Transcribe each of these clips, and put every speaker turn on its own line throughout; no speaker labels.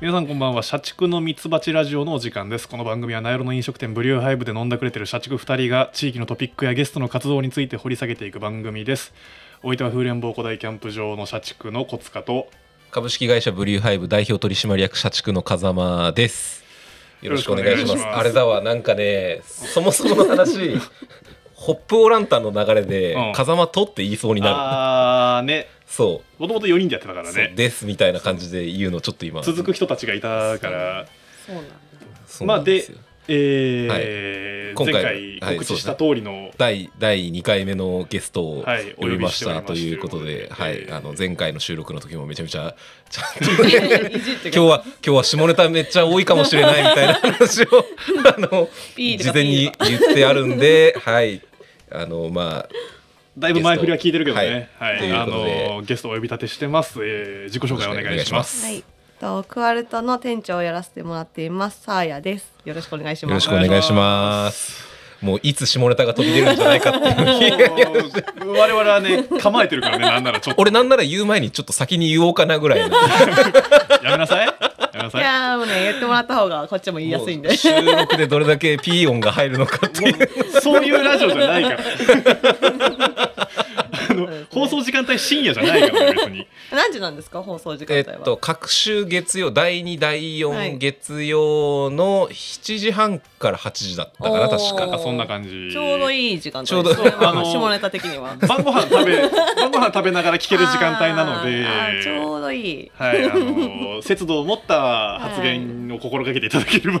皆さんこんばんは社畜のミツバチラジオのお時間ですこの番組はナイロの飲食店ブリューハイブで飲んだくれてる社畜2人が地域のトピックやゲストの活動について掘り下げていく番組ですおいては風蓮坊古代キャンプ場の社畜のコツカと
株式会社ブリューハイブ代表取締役社畜の風間ですよろしくお願いし
よろしくお願い
ます
します
あれだわなんかねそもそもの 話ホップオランタンの流れで、
うん
風間とって言いそうになる
あーね
そ
もともと4人でやってたか
う
ら
そう
ね
ですみたいな感じで言うのちょっと今
続く人たちがいたから
そうなんだ。
そうなんですよ
えー
はい今
前
回は
回
い
告知した通りの
第第2回目のゲストを
はい
呼びまし
お
た
呼
と
びしております
いうことで、
と
は
いうことで
い、
えー
あの前回の収録の時もめちゃめちゃちゃん と
いじって
今日は今日は下ネタめっちゃ多いかもしれないみ たいな話をあの
ピーと
事
か
前に言ってあるんで はいあのまあ
だいぶ前振りは聞いてるけどね、は
はいいという
あ
ことで
のゲストをお呼び立てしてます、えー自己紹介お願いします
はい。とクワルトの店長をやらせてもらっていますサーヤです。よろしくお願いし
よろ
ま
し
す。
くお願いしますもういつ下ネタが飛び出るんじゃないかって いう
もう我々はね構えてるからねなんならちょっと
俺なんなら言う前にちょっと先に言おうかなぐらいの
やめなさいやめないさい
やーもうね言ってもらった方がこっちも言いやすいんで。
収録でどれだけピー音が入るの かっていう
そういうラジオじゃないからあの放送時間帯深夜じゃないから別に
何時なんですか放送時間
え
帯は。
っと、各週月曜、第2、第
は
4
い
月曜の7時半から8時だったかな、
おー
確か。
あそんな感じ
ちょうどいい時間帯です。
ちょうど
それは
あのー
下ネタ的には。
晩ご飯食べ晩ご飯食べながら聞ける時間帯なので
あーあーちょうどいい。
はい、あの節度を持った発言を心がけていただければな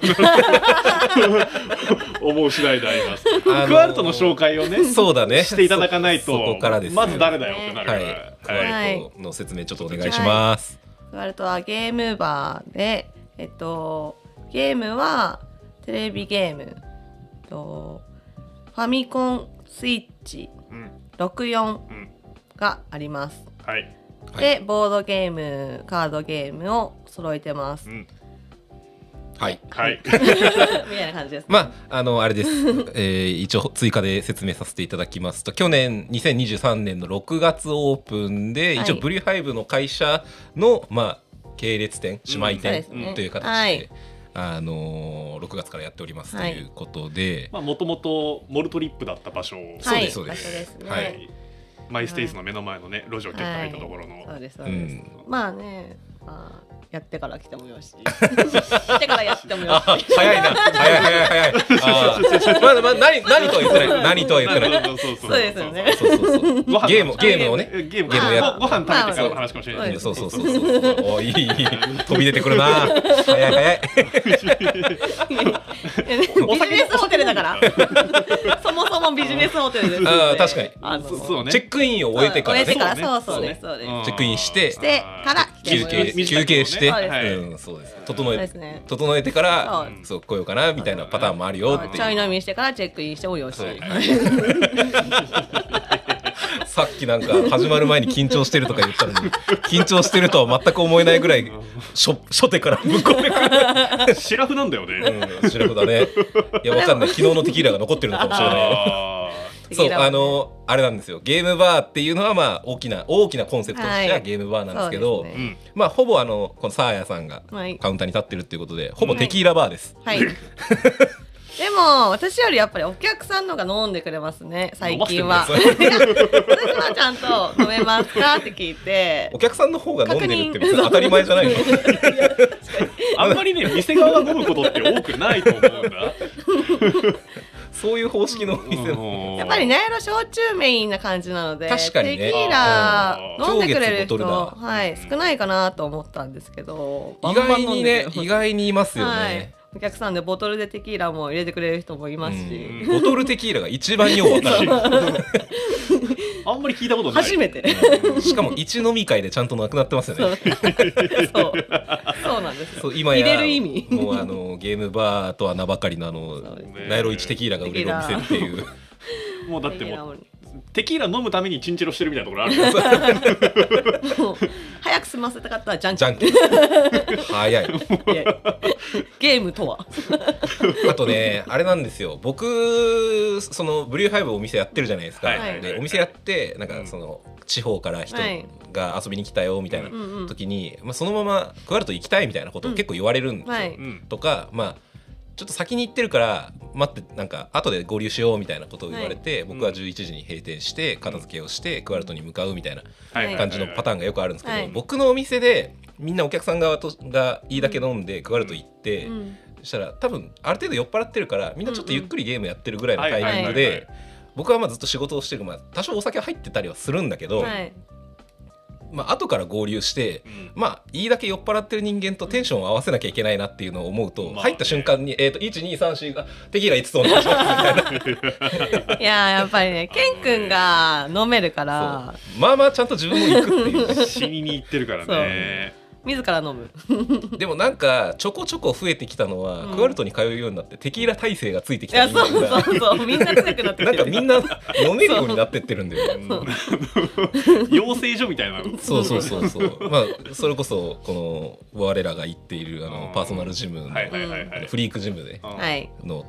と思う次第であります。
あのー
クワルトの紹介をね、
そうだね。
していただかないと、
そそこからですね
まず誰だよってなるから。
はい。
はい
はい
えっとの説明ちょっとお願いします。
クワルトはゲームバーでえっとゲームはテレビゲームえっとファミコンスイッチ
うん
64
うん
があります。
はい
は
で、ボードゲーム、カードゲームを揃えてます
う。ん
はい。
はい、
みたいな感じです。
まあ、あの、あれ です。えー一応追加で説明させていただきますと、去年2023年の6月オープンで、
はい
一応ブリューハイブの会社の、まあ、系列店、姉妹
そうで
店
すね
という形で、
はい
あのー、6月からやっておりますと
はい
いうことで、
まあ、もともとモルトリップだった場所を。
そう
はい
ですそうです
場所ですね。
は
はいいマイステイスの目の前のね、路地をキュッと入ったところの。
そうです、そう
う
です。
ん、
まあね、まあ、やってから来てもよ し。してからやってもよし。
早いな。早い早い早い。あーまだまだ何何とは言ってない。何とは言っ てない。
そうそうそう
そうですよね。
そうそうそう。
ご飯
ゲームゲームをね。
ゲーム
ゲームをやっ
ごご飯食べてからの話かもしれない
まあ
けど
そうそうそうそう。おいいいい飛び出てくるな。早い早い。
ビジネスホテルだから。 そもそもビジネスホテルですので。
あー確かに
あの。
そうそうね
チェックインを終えてから
終えて
ね。
からそうそうですそうです
ん
チェックインして
してから
休憩
そう
休憩して、
そうです
はい
うんそうです。整
そうで
え
すね。
整えてから
そう
そう来ようかなみたいなパターンもあるよ
まあ
って
ちょ
い。
いう飲みしてからチェックインしてもよし。
はい
はい
さっきなんか始まる前に緊張してるとか言ったのに 緊張してるとは全く思えないぐらい初初手から向こうへ来る。
シラフなんだよね。
うん、シラフだね。いや、わかんない。昨日のテキーラが残ってるのかもしれない。
あー
そう、
テキーラはね
あの、あれなんですよ。ゲームバーっていうのは、まあ、大きな、大きなコンセプトとして
は
はいゲームバーなんですけど、
そうです
う
ね
ん
まあ、ほぼあの、このサーヤさんが
はい
カウンターに立ってるっていうことで、ほぼテキーラバーです。
はい。でも私よりやっぱりお客さんの方が飲んでくれますね最近は。
飲ま
いや 私はちゃんと飲めますかって聞いて
お。客さんの方が飲んでるって別に
確認
当たり前じゃ ないの。
あんまりね、店側が飲むことって多くないと思うんだ。
そういう方式のお店も。
やっぱり。ナイロ焼酎メインな感じなので、
確かにね
テキーラ
うん
飲んでくれる
上下
人、
ボトルだ
はい、少ないかなと思ったんですけど、
意外にね、
バンバン飲んでくれ
意
る
外にいますよ
はい
ね。、
お客さんでボトルでテキーラも入れてくれる人もいます
う
し、
んボトルテキーラが一番ようわかる。
あんまり聞いたことない。
初めて。
しかも一飲み会でちゃんとなくなってますよね
そ。うそうそうなんですよ
そう今や
入れる意味
もうあのゲームバーとは名ばかりのあの
そうです
ね
ナイロ1テキーラが売れるお店っていう
もうだってもう、テキーラ飲むためにチンチロしてるみたいなところあるよ
もう早く済ませたかったらじゃん
じ
け
ゃ
ん
んけん早い
いやいやゲームとは
あとねあれなんですよ僕そのブリューハイブお店やってるじゃないですか、
はい
はい
でお店やってなんかその、地方から人
はい
が遊びに来たよみたいな
うんうん
時に、まあ、そのままクワルト行きたいみたいなことを結構言われるんですよ、
はい
うん
とかまあちょっと先に行ってるから待ってなんか後で合流しようみたいなことを言われて、僕は11時に閉店して片付けをして、クワルトに向かうみたいな
はいはい
感じのパターンがよくあるんですけど、
はい
僕のお店でみんなお客さん側とがいいだけ飲んで、クワルト行って、
うん
そしたら多分ある程度酔っ払ってるからみんなちょっとゆっくりゲームやってるぐらいの
はい
タイミング
はいはい
で僕はまあずっと仕事をしてる、まあ、多少お酒は入ってたりはするんだけど、
はい
まあ後から合流して
う。ん
まあ、いいだけ酔っ払ってる人間とテンションを合わせなきゃいけないなっていうのを思うと、
まあね
入った瞬間に、えー、と1234がテキーラ5つお願いしますみたいな
いややっぱりねケン君が飲めるか
そ
ら
うまあまあちゃんと自分も行くって いう
死にに行ってるからね
自ら飲む
でもなんかちょこちょこ増えてきたのは、
うん
クワルトに通うようになってテキーラ体制がついてき
い
た
や
り
そうそうそうみんな強くなって
な
き
んか
てる
みんな飲めるようになってってるんだよね。
うん養成所みたいな
そうそうそう そう。まあそれこそこの我らが行っているあ
う
の
ん
パーソナルジムの、
はいはいはいはい
フリークジムで
うん
はい
の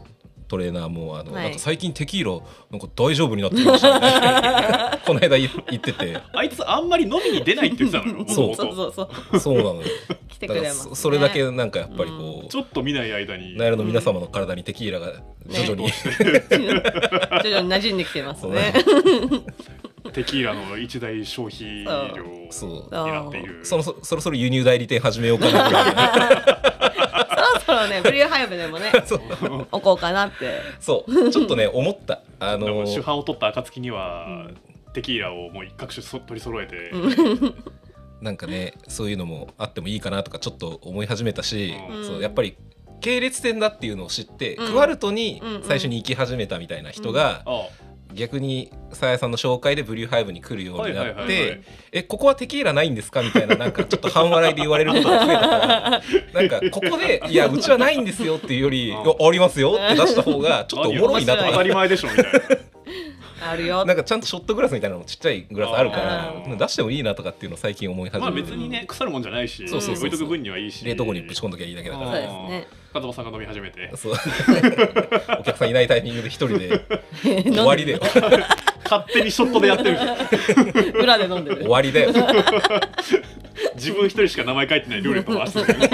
トレーナーもあの、
はい
なんか最近テキーラなんか大丈夫になってきましたね、 この間い行ってて
あいつあんまり飲みに出ないって言ってたのよ
そう
元
そ
々
うそうそう
そうなのよ。
来て
だ
く
から
れます
そ
ね
それだけなんかやっぱりこ
ちょっと見ない間
う、
に
ナイロの皆様の体にテキーラが徐々に、
徐々に馴染んできてますね
テキーラの一大消費量に
そう
なっている
そのそそろそろ輸入代理店始めようかなぐらいな
そろそろねブリューハイブでもね
そう
置こうかなって
そうちょっとね思ったあ
だから
の
主犯を取った暁には、テキーラをもう一各種そ取り揃えて、
なんかねそういうのもあってもいいかなとかちょっと思い始めたし、
うん
そうやっぱり系列店だっていうのを知って、
うん
クワルトに最初に行き始めたみたいな人が、
あ
逆にさやさんの紹介でブリューハイブに来るよう
はい
に
はい
な
はいは
って
い
「えここはテキーラないんですか?」みたいななんかちょっと半笑いで言われることが増えた からなんかここで「いやうちはないんですよ」っていうより「いや
あ
ありますよ」って出した 方がちょっとおもろいなと
当た
か
り前でしょみたいな
あるよ
なんかちゃんとショットグラスみたいなのもちっちゃいグラスあるから
あー
出してもいいなとかっていうのを最近思い 始め
ま
て
あ別にね腐るもんじゃないし
そう
そうそうそ
置
う
いとく分にはいいし
冷凍庫にぶち込んどきゃいいだけだか
そ
ら
うですね
風間さんが飲み始めて
そう お客さんいないタイミングで一人で終わりだよ
勝手にショットでやってる
裏で飲んで
終
る
わりだよ
自分一人しか名前書いてないルーレット回し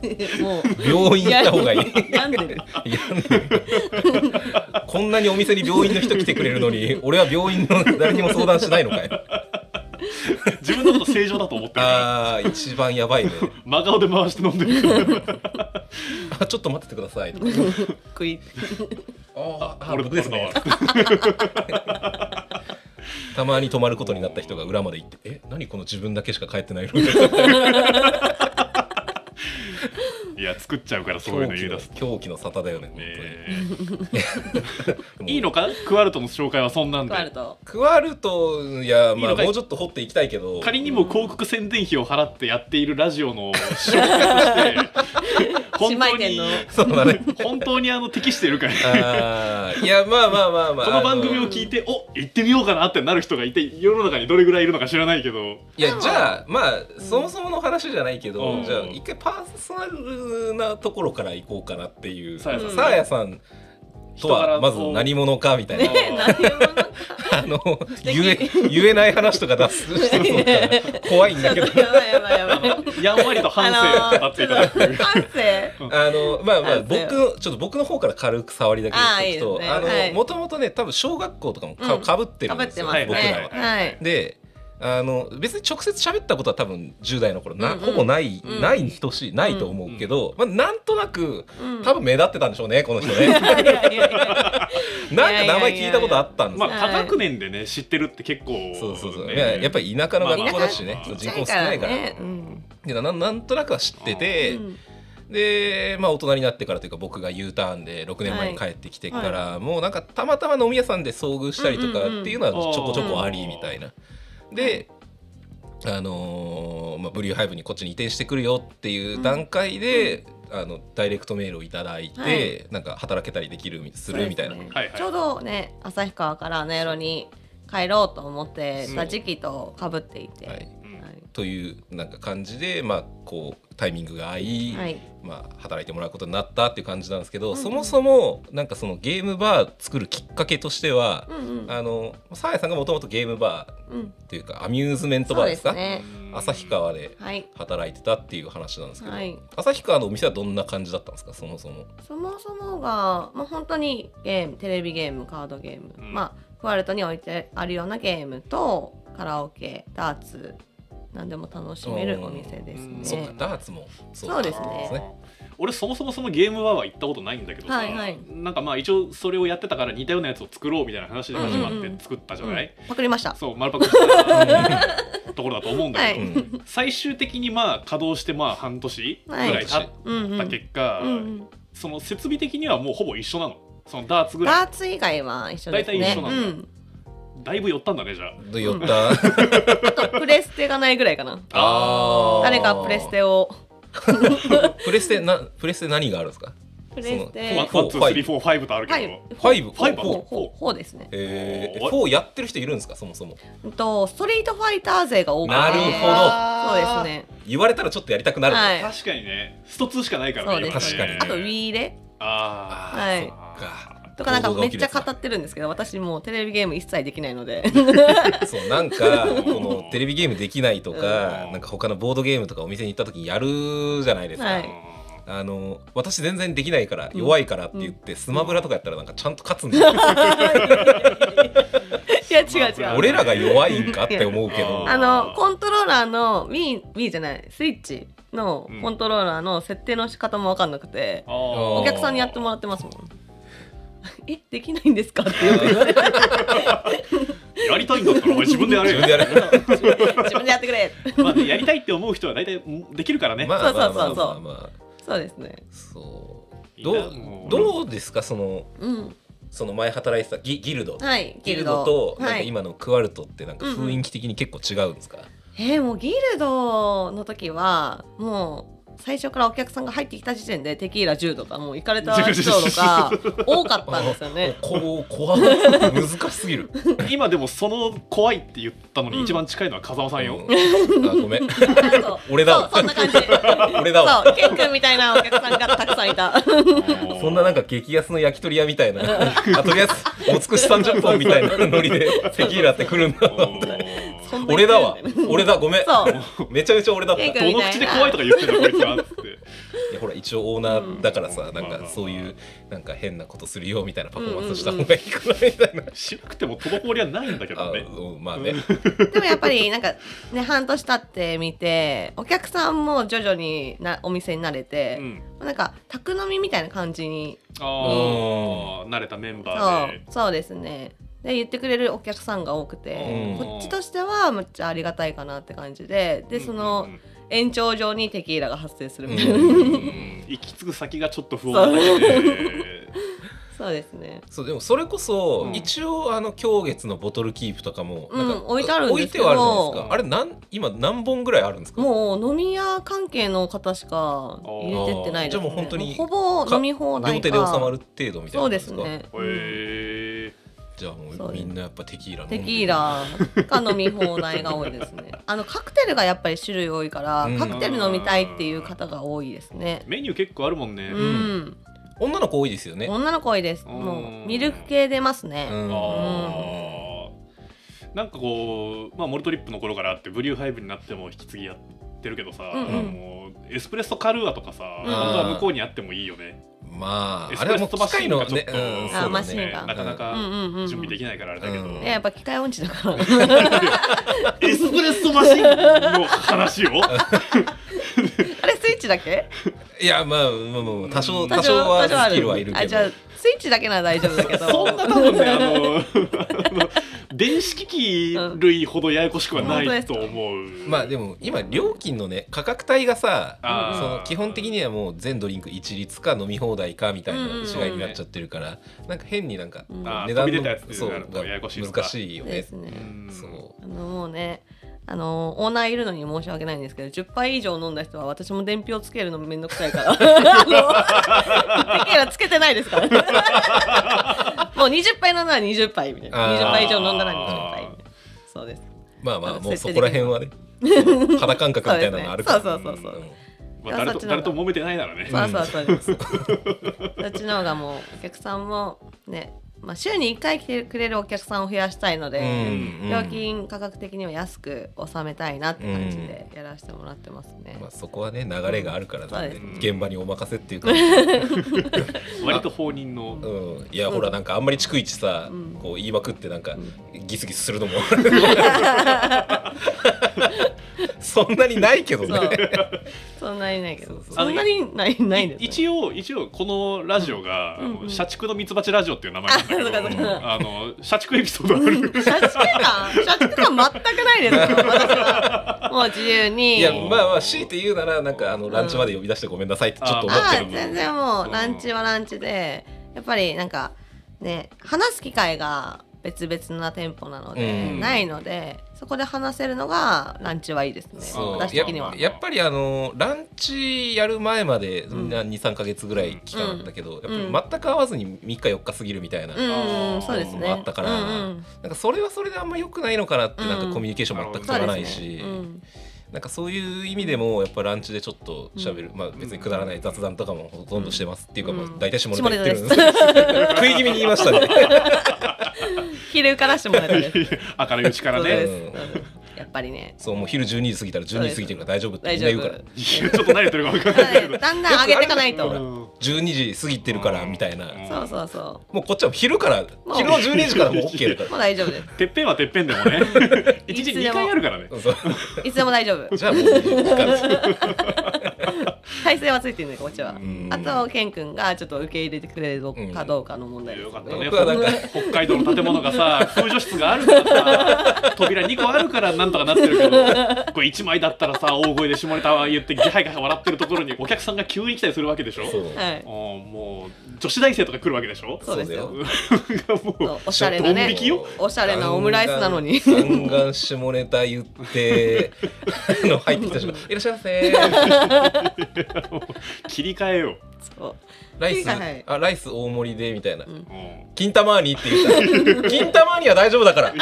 て る
もう
病院行った方がいい
病んでる
いやこんなにお店に病院の人来てくれるのに俺は病院の誰にも相談しないのかよ
自分のこと正常だと思ってるから
あー一番やばいね
真顔で回して飲んでる
あちょっと待っててくださいとか
食い
あーあ
俺
僕ですねたまに泊まることになった人が裏まで行って「え何この自分だけしか帰ってないの?」
いや作っちゃうからそういう
狂
の
気
言い
の
出すと
狂気の沙汰だよね本当に
ねいいのかクワルトの紹介はそんなん
食わる
で
と
クワルトい
い
や
い
まあ
のかい
もうちょっと掘っていきたいけど
仮にも広告宣伝費を払ってやっているラジオの紹介として
姉
本当
妹店
に
の
そうだね
本当にあの適してるかい
あーいやまあまあまあまあ
この番組を
い
聞いてお行ってみようかなってなる人がいて世の中にどれぐらいいるのか知らないけど
いやじゃあまあそもそもの話じゃないけど、
うん
じゃあ一回パーソナルなところから行こうかなっていう
さ
さ
あや
さん
あやさんとはまず何者かみたいな
人柄と
何者か
あの
敵
言え言えない話とか出す人そうから怖いんだけど
やばいやばいやばい
やんわりと反省を語っていただく、
あのー反省
あのまあまあ
あ
僕
そう
のちょっと僕の方から軽く触りだけ言っとく
あーいいですねは
と
い
もともとね多分小学校とかも
う
か
ん
かぶってる
か
ん
ぶっ
です
て
よ、
ます
僕らは
ね。はい
であの別に直接喋ったことは多分10代の頃な、
うんうん
ほぼない、
うん
ないに等しいないと思うけど、まあ、なんとなく
うん
多分目立ってたんでしょうねこの人ね
いやいやい
な
や
んか名前聞いたことあったんです
ま
よ、
あ多学年でね知ってるって結構、ね、
そうそうそう、いややっぱり田舎の学校だしね、
まあ
人口少ないから
ねうん
でななんとなくは知ってて、
うん
で、まあ、大人になってからというか僕が U ターンで6年前に帰ってきてから、もうなんかたまたま飲み屋さんで遭遇したりとかっていうのは
うんうんうん
ちょこちょこありみたいな。で、あのーまあ、ブリューハイブにこっちに移転してくるよっていう段階で、あのダイレクトメールをいただいて、
はい
なんか働けたりできるす
そうです
る
ね
みたいな、
はいはい
ちょうどね旭川から名寄に帰ろうと思ってた時期とかぶっていて、
は
はい
い、というなんか感じで、まあ、こうタイミングが合い、
はい
まあ、働いてもらうことになったっていう感じなんですけど、
んうん
そもそもなんかそのゲームバー作るきっかけとしては
う、んうん
あのサーヤさんがもともとゲームバー
うん
っていうかアミューズメント
そ
バ
う
ー
で
です
す
か
ね
旭川で
はい
働いてたっていう話なんですけど、
はい
旭川のお店はどんな感じだったんですかそもそも。
そもそもが、まあ、本当にゲームテレビゲームカードゲーム、
うん
まあクワルトに置いてあるようなゲームとカラオケダーツ何でも楽しめるお店です
うん
ね。
そっかダーツもそ
そうですね
俺そもそもそのゲームバーは行ったことないんだけどさ、
はいはい
なんかまあ一応それをやってたから似たようなやつを作ろうみたいな話で始ま
うん
っ
うんうん
て作ったじゃ
う
ない、
んパクりました。
そう丸パク したところだと思うんだけど、
はい
うん
最終的にまあ稼働してまあ半年ぐらい経っ
うんうん
た結果、
うんうん
その設備的にはもうほぼ一緒なのそのダーツぐらい
ダーツ以外は一緒です
大体
ね。
一緒なんだ
うん
だいぶ寄ったんだねじゃあ
どう寄った、
あとプレステがないぐらいかな。
あー
誰かプレステを。
プレステなプレステ何があるんですか
プレス
え
ワン
テ
そ。
ワンツースリーフォーファイブとあるけど、
ファイブ
ファイブ
ほうほうほうですね。
え
お
ー、4やってる人いるんですかそもそも
うんとストリートファイター勢が多くて。
なるほど
そうですね。
言われたらちょっとやりたくなる、
はい
確かにねスト2しかないか
そ
ら
う
ね
です
今ね
確
あと Wii レ
あ
は
ー
い
そっか
とかなんかめっちゃ語
っ
ってるんですけど私もうテレビゲーム一切できないので
そうなんかこのテレビゲームできないとか、
うん
なんか他のボードゲームとかお店に行った時にやるじゃないですか、
ー
は
う
い
ん
あの私全然できないから
うん
弱いからって言って、スマブラとかやったらなんかちゃんと勝つんだよ、
いや違う違
ま
う
あ
俺らが弱いんかって思うけど
あ
あのコントローラーの Wii, Wii じゃないスイッチのコントローラーの設定の仕方も分かんなくて、
あー
うん
お客さんにやってもらってますもんえできないんですかってよく言われて
やりたいんだったらお前自分でやれ
自分でやる
自分でやってくれ
まあねやりたいって思う人は大体できるからね、
まあまあ
そうそうそうそう
まあまあまあまあ
そうですね
そう
いいな
ど
も
う
う
どうですかその
うん
その前働いてたギギルド、
はい
ギルドとなん
は
か
い、
今のクワルトってなんか雰囲気的に結構違うんですか、
えーもうギルドの時はもう最初からお客さんが入ってきた時点でテキーラ10とかもう行かれた人とか多かったんですよね。
こう怖い難しすぎる。
今でもその怖いって言ったの
う
に
ん
一番近いのは風間さんよ、
うんあごめん。
そう
俺だわ
そうそんな感じ。そ
俺だわ。
うケン君みたいなお客さんがたくさんいた。
そんななんか激安の焼き鳥屋みたい な、あとりあえずおつくし三十本みたいなノリでテキーラってくるんだ。
そんな勢いで
俺だわ。俺だ。ごめん。
そう
めちゃめちゃ俺だった。い
結
や
構
どの口で怖いとか言ってるのこいつはっつって
ほら一応オーナーだからさ、
うん
なんかそういうなんか変なことするよみたいなパフォーマンスした
うん
方
うんうん
がいいかなみたいな。
しなくても滞りはないんだけ
あ
ど ね
うんまあね。
でもやっぱりなんかね半年経ってみてお客さんも徐々になお店に慣れ
う
て、
ん
なんか宅飲みみたいな感じに
ああ慣れたメン
そ
バー
う
で
そうですねで言ってくれるお客さんが多くて、
うん
こっちとしてはむっちゃありがたいかなって感じででその
うん
延長上にテキーラが発生するみたいな、
うん
行き着く先がちょっと不穏なだけで
そうですね
そうでもそれこそ、
うん
一応あの今日月のボトルキープとかも
うん
なんか、
置いてあるんですけど
置いてはあるじゃないですかあれなん今何本ぐらいあるんですか
もう飲み屋関係の方しか入れてってないで
あーじゃ
す、ね、
あもう本当に
ほぼ飲み放題
両手で収まる程度みたいな
そ
感
う
じ
ですね、
へえ
じゃあも
そう
う
で
み
す
んなやっぱテキーラ飲んで
テ
る
キーラが飲み放題が多いですね あのカクテルがやっぱり種類多いから、
うん
カクテル飲みたいっていう方が多いですね
メニュー結構あるもんね
うん、
女の子多いですよね
女の子多いです
うん
もうミルク系出ますね、
うん
あーなんかこう、まあ、モルトリップの頃からあってブリューハイブになっても引き継ぎやってるけどさ、
うんうん
もうエスプレッソカルーアとかさ、
うん
本当は向こうにあってもいいよね。
ま
エ
あ
ス
あ
プ
れ
レ
は
ッ
もう
ソ
機
マシ
械
ンが
の
ちょっ
ね、
と、
うん、
あ
そう
マ
だ
シンが
ね
なかな
うん
か
うんうんうん
準備できないからあれだけど、
うん
ねやっぱ機械音痴だから
エスプレッソマシンの話 を
あれスイッチだけ
いやまあまあまあ多少
うん
多少
多少
は
ある
スキルはいる
あ
け
じ
ど
ゃあスイッチだけなら大丈夫だ けど
そんな多分ねあのあの電子機器類ほどややこしくはないと思う。
まあでも今料金のね価格帯がさ
あー
その基本的にはもう全ドリンク一律か飲み放題かみたいな違いになっちゃってるから、なんか変になんか
うん
あー
値段
飛び出たやつ
の
って
そ
なる
う
と
が
ややこしいのか
難しいよ
で
ね
すね
うん
そう
あのもうねあのオーナーいるのに申し訳ないんですけど10杯以上飲んだ人は私も伝票つけるのめんどくさ いからあのテ キーラつけてないですからね もう20杯飲んだら20杯みたいな
あー
20杯以上飲んだら20杯みたいなそうです
まあまあもう
設
そ
定
こら辺はね 肌感覚みたいなのあるから
そうですねそうそうそうそうん
まあ、誰
そっ
と
ちの
誰
方が
と揉めてないならね
そうそうそうです。そっちの方がもうお客さんもね、まあ、週に1回来てくれるお客さんを増やしたいので、
うんうん
料金価格的には安く収めたいなって感じでやらせてもらってますね。
まあ、そこはね流れがあるからだね
そう
で、す
現場にお任せっていうか、
割と放任の
うん、いやほらなんかあんまり逐一さ、こう言いまくってなんかギスギスするのもそんなにないけど
そう
ね。
そんなにないけど
そうそう
そんなにないないんです、ね、
一応一応このラジオが
うん
あの
うん
社畜のミツバチラジオっていう名前なんだけ
あそうかそう
ど
か
あの社畜エピソードある
社畜感社畜感全くないですよ私はもう自由に
いやまあまあ強いて言うならなんかあのランチまで呼び出してごめんなさいってちょっと思って
あ
る
ー
部
全
分
然も
う
うんランチはランチでやっぱりなんかね話す機会が別々な店舗なので、
うん
ないのでそこで話せるのがランチはいいですね
そう
私
や
的には。
やっぱりあのランチやる前まで
ん
23か月ぐらい期間あったけど、
ん
やっぱり全く会わずに3日4日過ぎるみたいな、
うんうんう
あー
んそうですね。
あったから
うんうん
なんかそれはそれであんま良くないのかなって、
うん
なんかコミュニケーション全く
そう
取ら
です
な
ね
いし、
うん
なんかそういう意味でもやっぱランチでちょっと喋る、まあ別にくだらない雑談とかもほとんどしてます、っていうかもう大体下ネタ言ってるんです食い気味に言いましたね
昼からしてもらえたです。
明るいうちから
そうで
ね
すそうですやっぱりね
そうもう昼12時過ぎたら12時過ぎてるから大丈夫ってみん
大
な
丈
言う
夫
から
ね
いやちょっと何言ってるか分かんないけど
だんだん上げていかない
ほら
と。
12時過ぎてるからみたいな、
うん
そうそうそ
もうこっちは昼から
もう
昼の12時からもう OK だ
う。
か
もう大丈夫です。
てっぺんはてっぺんでもね 一日
いつで
2
も
回あるからね
らそう
いつでも大丈 夫。
じゃあもういいか
体勢はついてるねこっちは
ん
あとケン君がちょっと受け入れてくれるかどうかの問題です
よかっ
よね
たね
僕はなんか
北海道の建物がさ風除室があるからさ扉2個あるからなんとかなってるけどこれ1枚だったらさ大声で下ネタ言ってギハイギハイ笑ってるところにお客さんが急に来たりするわけでしょ
そう
はい
あーもう女子大生とか来るわけでしょ
そうですよ
そう
がもう
そうおしゃれな
ドン
ね
引きよ
おしゃれなオムライスなのに
ガンガン下ネタ言って、 あの入ってきた人が、いらっしゃいませ。
切り替えよ
そう
ライス、
はいはい
あ、ライス大盛りでみたいな。
う、う
金玉にって言 ったら、金玉には大丈夫だから。
ん、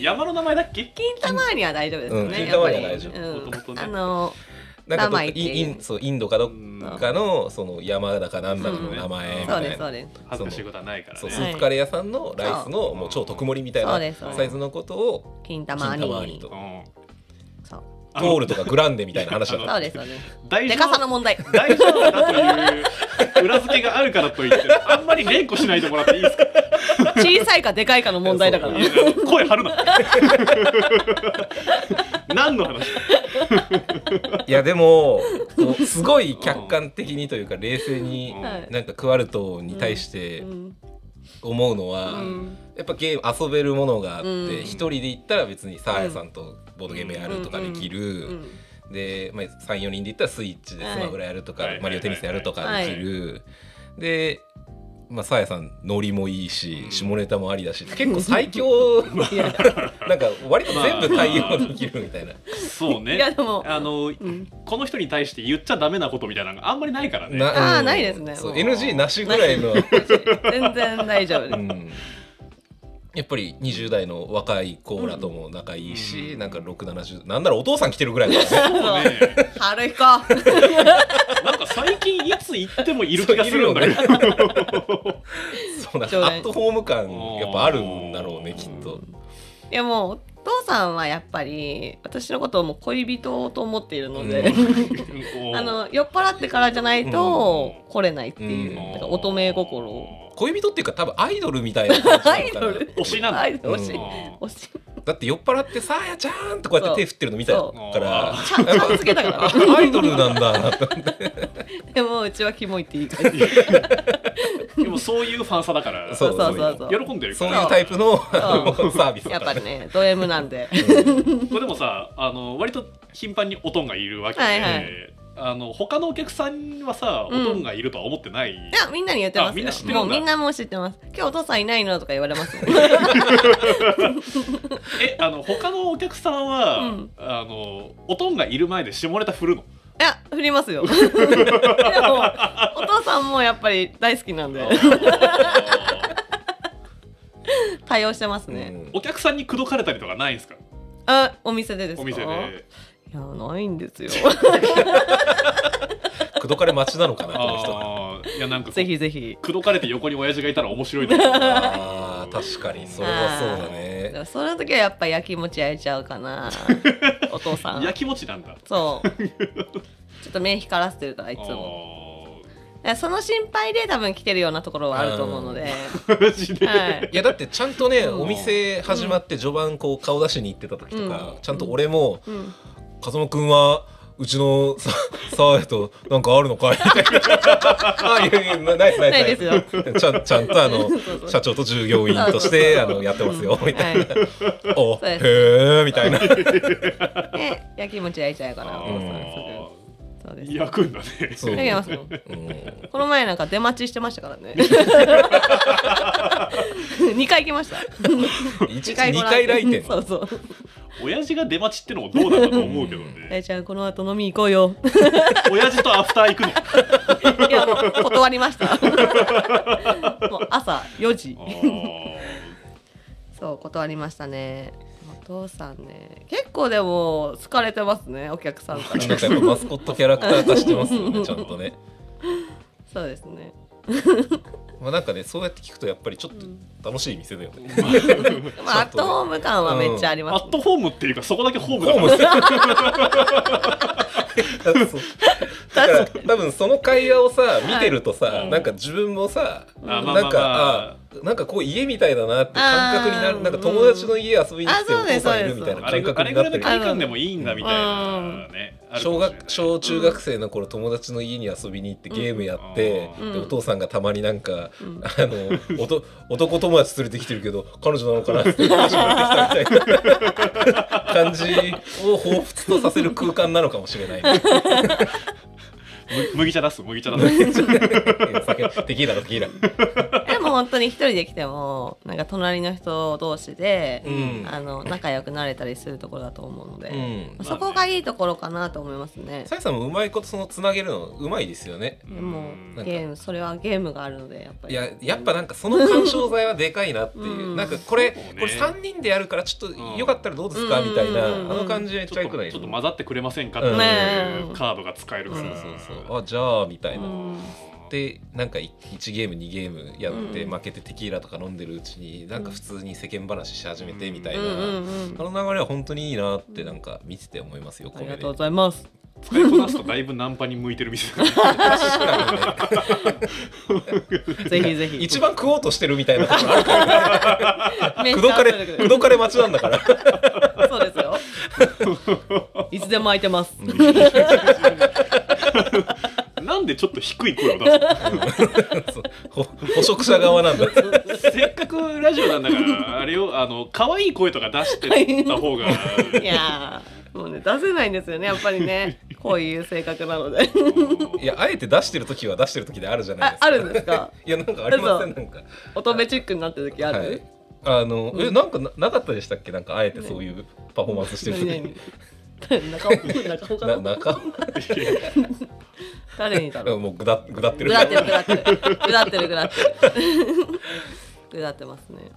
山の名前だっけ
金玉には大丈夫ですよ
うん金
ねやっ
玉
ぱ
に
り
は大丈夫
うん
元々ね
あの
なんか
玉
どっか
井っていう
インインそうインドかどっかのその山だかなんだかの名前み
そう
た
で
い
すそう
な。
です
恥ずかしいことはないから
そう
ね
ス
そう
ープカレー屋さんのライスのもう超特盛りみたい
そうですそう
な
で
サ
す
イズのことを
金玉
金
に
玉にと
うん
そう
トールとかグランデみたいな話だから
そうですそうです
大丈
で
夫
かさの 問題
大丈夫だという裏付けがあるからといってあんまり連呼しないでもらっていいですか
小さいかでかいかの問題だから
いや 声張るな 何の話
いやでもこうすごい客観的にというか冷静に
はい
なんかクワルトに対して
うん
思うのは、
うん
やっぱゲーム遊べるものがあって
うん
一、人で行ったら別にサーヤさんとボードゲームやるとかできる、
うん
で、まあ、34人で行ったらスイッチで
はい
スマブラやるとか、
はい
マリオテニスやるとかできる、で、まあ、サーヤさんノリもいいし、
うん
下ネタもありだし結構最強 なんか割と全部対応できるみたいな、
そうね
いやでも
あの、
ん
この人に対して言っちゃダメなことみたいなのがあんまりないからね
あー
うん
ないですね
そう
もう
NG なしぐらいの。
全然大丈夫
う
です
んやっぱり20代の若い子らとも仲いいし、
うん
なんか670なんならお父さん来てるぐらいだ からね
そうね
春彦
なんか最近いつ行ってもいる気がするんだけど、
そうなん
冗
かア
談
ットホーム感やっぱあるんだろうねきっと。
いやもうお父さんはやっぱり私のことをもう恋人と思っているので、
おー
あの酔っ払ってからじゃないと来れないっていう、
うん
なんか乙女心を
恋人っていうか多分アイドルみたいな感じ
ア
な
イ
のか
ド
な
ル
推しなんだ
アイドル推し、
うん
推し
だって酔っ払って「さあやちゃん」とこうやって手振ってるの見た
そう
から
ちゃんちゃんつけた から
あアイドルなんだなと
でもうちはキモいっていいから
でもそういうファンサだから
そう
そうそうそ
喜
う
んでるか
そう
ら
いうタイプのあの
そ う
サービス
や
だか
っぱ
ら
りねド M なんで
これでもさあの割と頻繁におとんがいるわけで、
はいはい
あの他のお客さんはさお
うん
とんがいるとは思ってない、
いやみんなに言ってま
あ
すよ
みんな知ってるんだ
もうみんなもう知ってます今日お父さんいないのとか言われますもん
えあの他のお客さんは、
うん
あのおとんがいる前で下ネタ振るの
いや振 りますよでもお父さんもやっぱり大好きなんで対応してますね、
うん
お客さんに口説かれたりとかないんですか
あお店でですか
お店で
いやないんです よ
口説かれ待ちなのかなこの人は
あーいやなんかこう
ぜひぜひ
口説かれて横に親父がいたら面白いな
あー確かにそれはそうだ
だか
ね
らその時はやっぱ焼きもち焼いちゃう かなお父さん
やきもちなんだ
そうちょっと目光らせてるからいつもだからその心配で多分来てるようなところはあると思うので、
あ ーマジで、
は い
いやだってちゃんとね
うん
お店始まって序盤こう顔出しに行ってた時とか
うん
ちゃんと俺も
うん、
「風間くんはうちのさ澤部となんかあるのかい?」みたいな「あいやいやないですないです
ない
ちゃんちゃんとあの
そうそう
社長と従業員としてあのやってますよ」みたいな
はい
「お
そうです
へえ」みたいな
で焼きもち焼いちゃうから
あ
お
ー
父さんすぐそうです
焼くんだね
そう
焼けますも
う
ん
ん
この前なんか出待ちしてましたからね 二回来ました
一日二回来店
そうそう
親父が出待ちってのもどうなんだと思うけどね
大ちゃんこの後飲み行こうよ
親父とアフター行くの
いやもう断り ましたもう朝4時
あ ー
そう断りましたねお父さんね結構でも好かれてますねお客さんか ら
なんかやっぱマスコットキャラクター化してますよねちゃんとね
そうですね
まあなんかねそうやって聞くとやっぱりちょっと楽しい店だよね。
まあアットホーム感はめっちゃあり
ア
ます、
ットホームっていうかそこだけホームだ
ホー
か
ム
ら
してるそうだから多分その会話をさ見てるとさ
い
なんか自分もさ
あ
な
まあまあまあ
んかあなんかこう家みたいだなって感覚にな
あ
る
ー
なんか友達の家遊びに来て
う
お
んあそう
父
です
さんいるみたいな
あれ
感
ぐ
覚
あれ
に
ぐら
な
の
いってる
体感でもいいんだみたいなねあるか
小
もしれない
学小中学生の頃友達の家に遊びに行ってゲームやって、
うん
で
うん
お父さんがたまになんか、
ん
あのおと男友達連れてきてるけど彼女なのかなって彼女連れてきたみ たいな感じを彷彿とさせる空間なのかもしれない、ね、
む麦茶出す麦茶出す
酒テキーラだテキーラ、
でも本当に一人で来てもなんか隣の人同士で、
うん
あの仲良くなれたりするところだと思うので、
うん
まあそこがいいところかなと思いますね。
さやさんもうまいことそのつなげるのうまいですよね
でも
なんか
ゲームそれはゲームがあるのでやっぱ
い
り。
ややっぱなんかその緩衝材はでかいなっていう、
うん
なんかこれ、
そうね
これ3人でやるからちょっとよかったらどうですか、
うん
みたいなあ
うんうんうん
の感じめっち
ち
ゃ
ょ
よ
っ
くない
と
です
ちょっと
か
混ざってくれませんかっていうカードが使えるから、
そうそうそうあじゃあみたいな、
うん
でなんかい1ゲーム2ゲームやって
うん
負けてテキーラとか飲んでるうちになんか普通に世間話し始めてみたい
うん
な、
うんうん
あの流れは本当にいいなってなんか見てて思いますよ
あ
こ
り
れ
が
で
とうございます。
使いこなすとだいぶナンパに向いてる店だね
ぜひぜ ひ。
一番食おうとしてるみたいなところあるから
めっ
口
ち
説
ゃ
かれ
圧
口
力
説かれ待ちなんだから
そうですよ。いつでも空いてます。
なんでちょっと低い声を出す
そうほ捕食者側なんだ
のせっかくラジオなんだからあれをあの可愛い声とか出してた方が
いやーもうね出せないんですよねやっぱり ねこういう性格なので。
いやあえて出してる時は出してる時であるじゃないで
あ
すか
あるんですか。
いやなんかありませんなんか
乙女チックになってる時ある。
はい、あの、えなんかななかったでしたっけなんかあえてそういうパフォーマンスしてる時 に
何何中尾中尾か
な
な
中
誰にだろう
もうぐだぐだって
ぐ
る
らってるぐらってるぐらってるぐらってるぐらってますね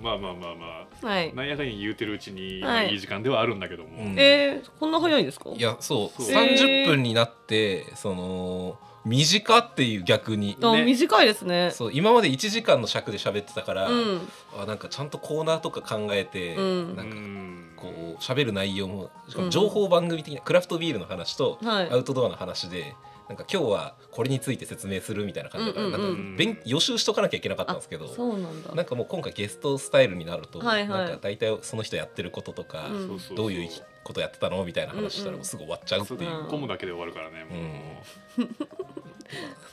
まあまあまあ ま
はい
あなんやかんや言うてるうちに、
はい
い、い時間ではあるんだけども、
うん
えー、こんな早いんですか
いやそう
そう
30分になって、その短っていう逆に
あ
ね
短いですね
そう今まで1時間の尺で喋ってたから、
うん
あなんかちゃんとコーナーとか考えて、
うん
なんか
うん
こう喋る内容もしか
う
も
ん
情報番組的な、クラフトビールの話と
はい
アウトドアの話で、なんか今日はこれについて説明するみたいな感じだから、
うんうんう
な
ん
んか勉予習しとかなきゃいけなかったんですけど
そうなんだ
なんかもう今回ゲストスタイルになると、
はいはい
なんか大体その人やってることとか、
うん
そうそそ
どういうことやってたのみたいな話した
うんう
ら
ん
もうすぐ終わっちゃうって
突
いう、
っ込むだけで終わるからねもう、
うん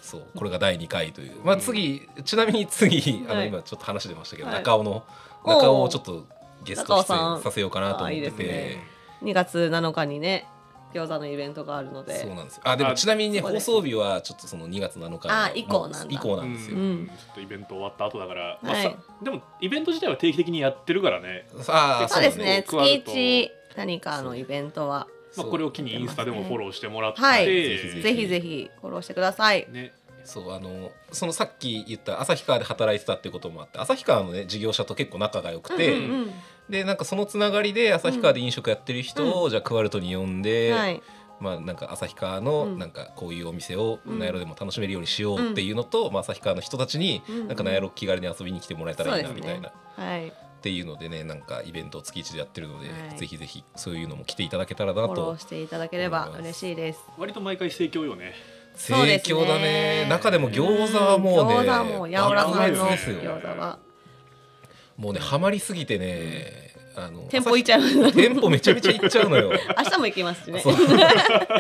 そうこれが第2回という、まあ、次ちなみに次あ
は
の
い
今ちょっと話出ましたけど、
はい
中尾の
おー
中尾をちょっとゲスト出
中尾さ
演
ん
させようかなと思って
あーい
て
いですね2月7日にね餃子のイベントがあるので
そうなんですよあでも
あ
ちなみにね
そうで
放
す
送日はちょっとその2月7日の
あ以降なんだ
以降なんですよ、
う
うん
ちょっとイベント終わった後だから、まあ
はい
さでもイベント自体は定期的にやってるからね、
ああ
そうですね
そうだね
月一何かのイベントは
まあ、
そう
これを機にインスタでもフォローしてもらって、
はい
ぜひ
ぜひぜひフォローしてください
ね、
そうあのそのさっき言った旭川で働いてたってこともあって旭川のね事業者と結構仲が良くて、
うんうん
でなんかそのつながりで旭川で飲食やってる人を、じゃあクワルトに呼ん
う
で、
んはい
まあなんか旭川の
うん
なんかこういうお店を
うん
ナヤロでも楽しめるようにしようっていうのと、まあ旭川の人たちに
うん
なんかナヤロ気軽に遊びに来てもらえたらいいな
そう
み
で
た
すね
いな、
はい
っていうのでねなんかイベントを月一でやってるので、
はい
ぜひぜひそういうのも来ていただけたら
フ
な
ォロー
と
していただければ嬉しいです
割と毎回盛況よね。
盛
そうですね
況だね中でも餃子はもうね
餃子はもう八百屋さんの
爆売れですよ
餃子は
もうねハマりすぎてね、あの
店舗行っちゃう明
朝日店舗めちゃめちゃ行っちゃうのよ
日も行き ますしね
そう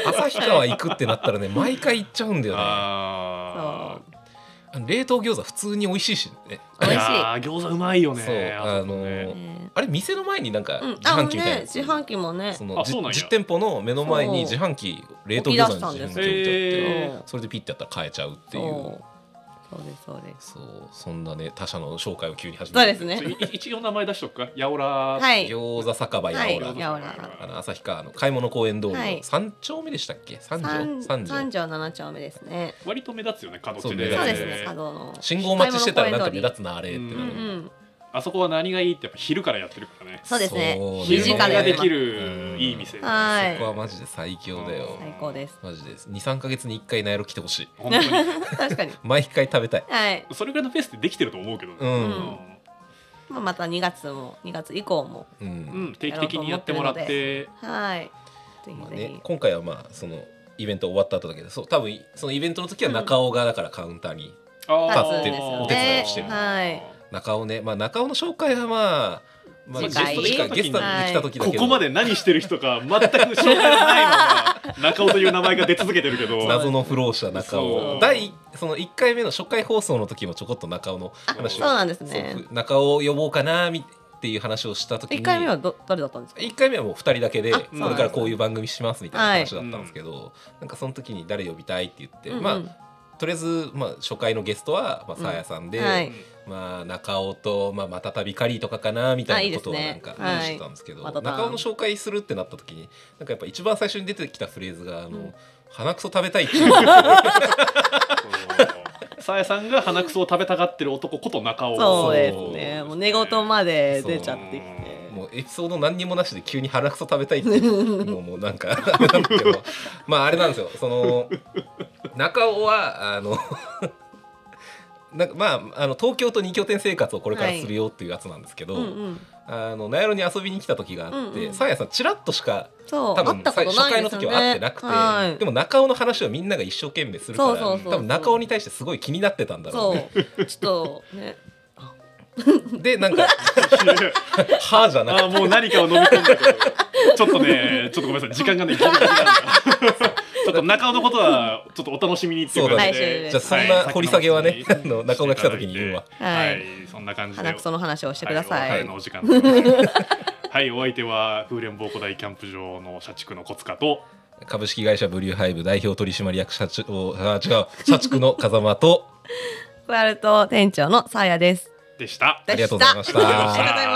旭川行くってなったらね毎回行っちゃうんだよね
ああ、
あの冷凍餃子普通に美味しいしね
美味しい
やー餃子うまいよね。
そう
あそこ
あの
ね
ね
あれ店の前になんか
うん
自
あの
販機みたいな
ね
やつ、
自販機もね
その
あそうなんや
10店舗の目の前に自販機冷凍餃子の自販機置いてあって、
へ
ー
それでピッてやったら買えちゃうってい
そ
う
うそうですそうです
そうそんなね他社の紹介を急に始め
そう
て
ですね
い一応名前出しとくか、やおら。
は
はい
餃子酒場
は
八
い
百
八
屋
百屋
あの旭川の買い物公園通り
は
の
い
三丁目でしたっけ三条
三
三
三
条
条七丁目ですね
割と目立つよね、角
そう
地
目
で。
立つ
そうですね稼働の
信号待ちしてたらなんか目立つなあれって
買い
な
うんう
物
る、
ん
あそこは何がいいってやっぱ昼からやってるからね。
そうですね
そうね
昼
昼
か
間
ら
が
や
で
ります
きるいい店。
は
そこはいマジで最強だよ
うん
最高です
マジです23か月に1回ナイロ来てほしい
本当に。
確かに
毎回食べたい
はい
それぐらいのペースでできてると思うけどね。
うん
まあまた2月も2月以降も
うん、
うん定期的にやってもらって。
はいぜ
まあ
ひぜ
ね
ひ、
今回はまあそのイベント終わった後だけどそう多分そのイベントの時は中尾がだからカウンターに、
あ
立
ー
ってるお手伝いをしてる
はい
中尾ねまあ中尾の紹介はまあまあ、ゲス
次
ト
回
に来たゲストに来た時だ
こ
けど
こまで何してる人か全く紹介がないのが中尾という名前が出続けてるけど
謎の不老者中
そ
尾
う
第一その1回目の初回放送の時もちょこっと中尾の話
そう
を
なんですね
そうふ中尾を呼ぼうかなみっていう話をした時に
1回目はど誰だったんですか
1回目はもう2人だけで
あ
これからこういう番組しますみたいな話だったんですけど、なんかその時に誰呼びたいって言って、
うんうん
まあとりあえず、まあ、初回のゲストは、まあ、さあやさんで、
うんはい
まあ、中尾と、まあ、またたびカリーとかかなみたいなことを
あいい
な
で
ん
すね
か
はい
話してたんですけど、
またたん
中尾の紹介するってなった時になんかやっぱ一番最初に出てきたフレーズが「あの鼻くそ食べたい」っていう
さやさんが鼻くそを食べたがってる男こと中尾
そうです
そうです
ね
ね
もう寝 言まで出ちゃっ
そ
てきて
もうエピソード何にもなしで急に鼻くそ食べたいって いうのもなんかあれなんだけどまああれなんですよその中尾はあの なんかまああの東京と二拠点生活をこれからするよっていうやつなんですけど、
うんうん
あのナヤロに遊びに来た時があっ
うんう
て
ん
さや、さんちらっとしか
そう
多
会っ
分
たこと
初
ない
回の
ですよ
時
ね
は会ってなくて、
はい
でも中尾の話をみんなが一生懸命するから
そうそうそうそう
多分中尾に対してすごい気になってたんだろうね。
そうちょっとね
でなん か「は」じゃなくて
あーもう何かを飲み込んだけどちょっとねちょっとごめんなさい時間がねギリギリなんだちょっと中尾のことはちょっとお楽しみにっていう感じ
そうだね
で
じゃあそん
は
ない掘り下げはね、あの中尾が来た時
し
に
てい
言う
ただ
わ
い。てはい
は
いそんな感じで
鼻くその話をしてください、
はい、お別れのお時間ではい、お相手は風蓮坊古代キャンプ場の社畜のコツカと
株式会社ブリューハイブ代表取締役社長あ違う社畜の風間と
クワルト店長のさあやです
でした。
ありがとうございました
でありがとうございました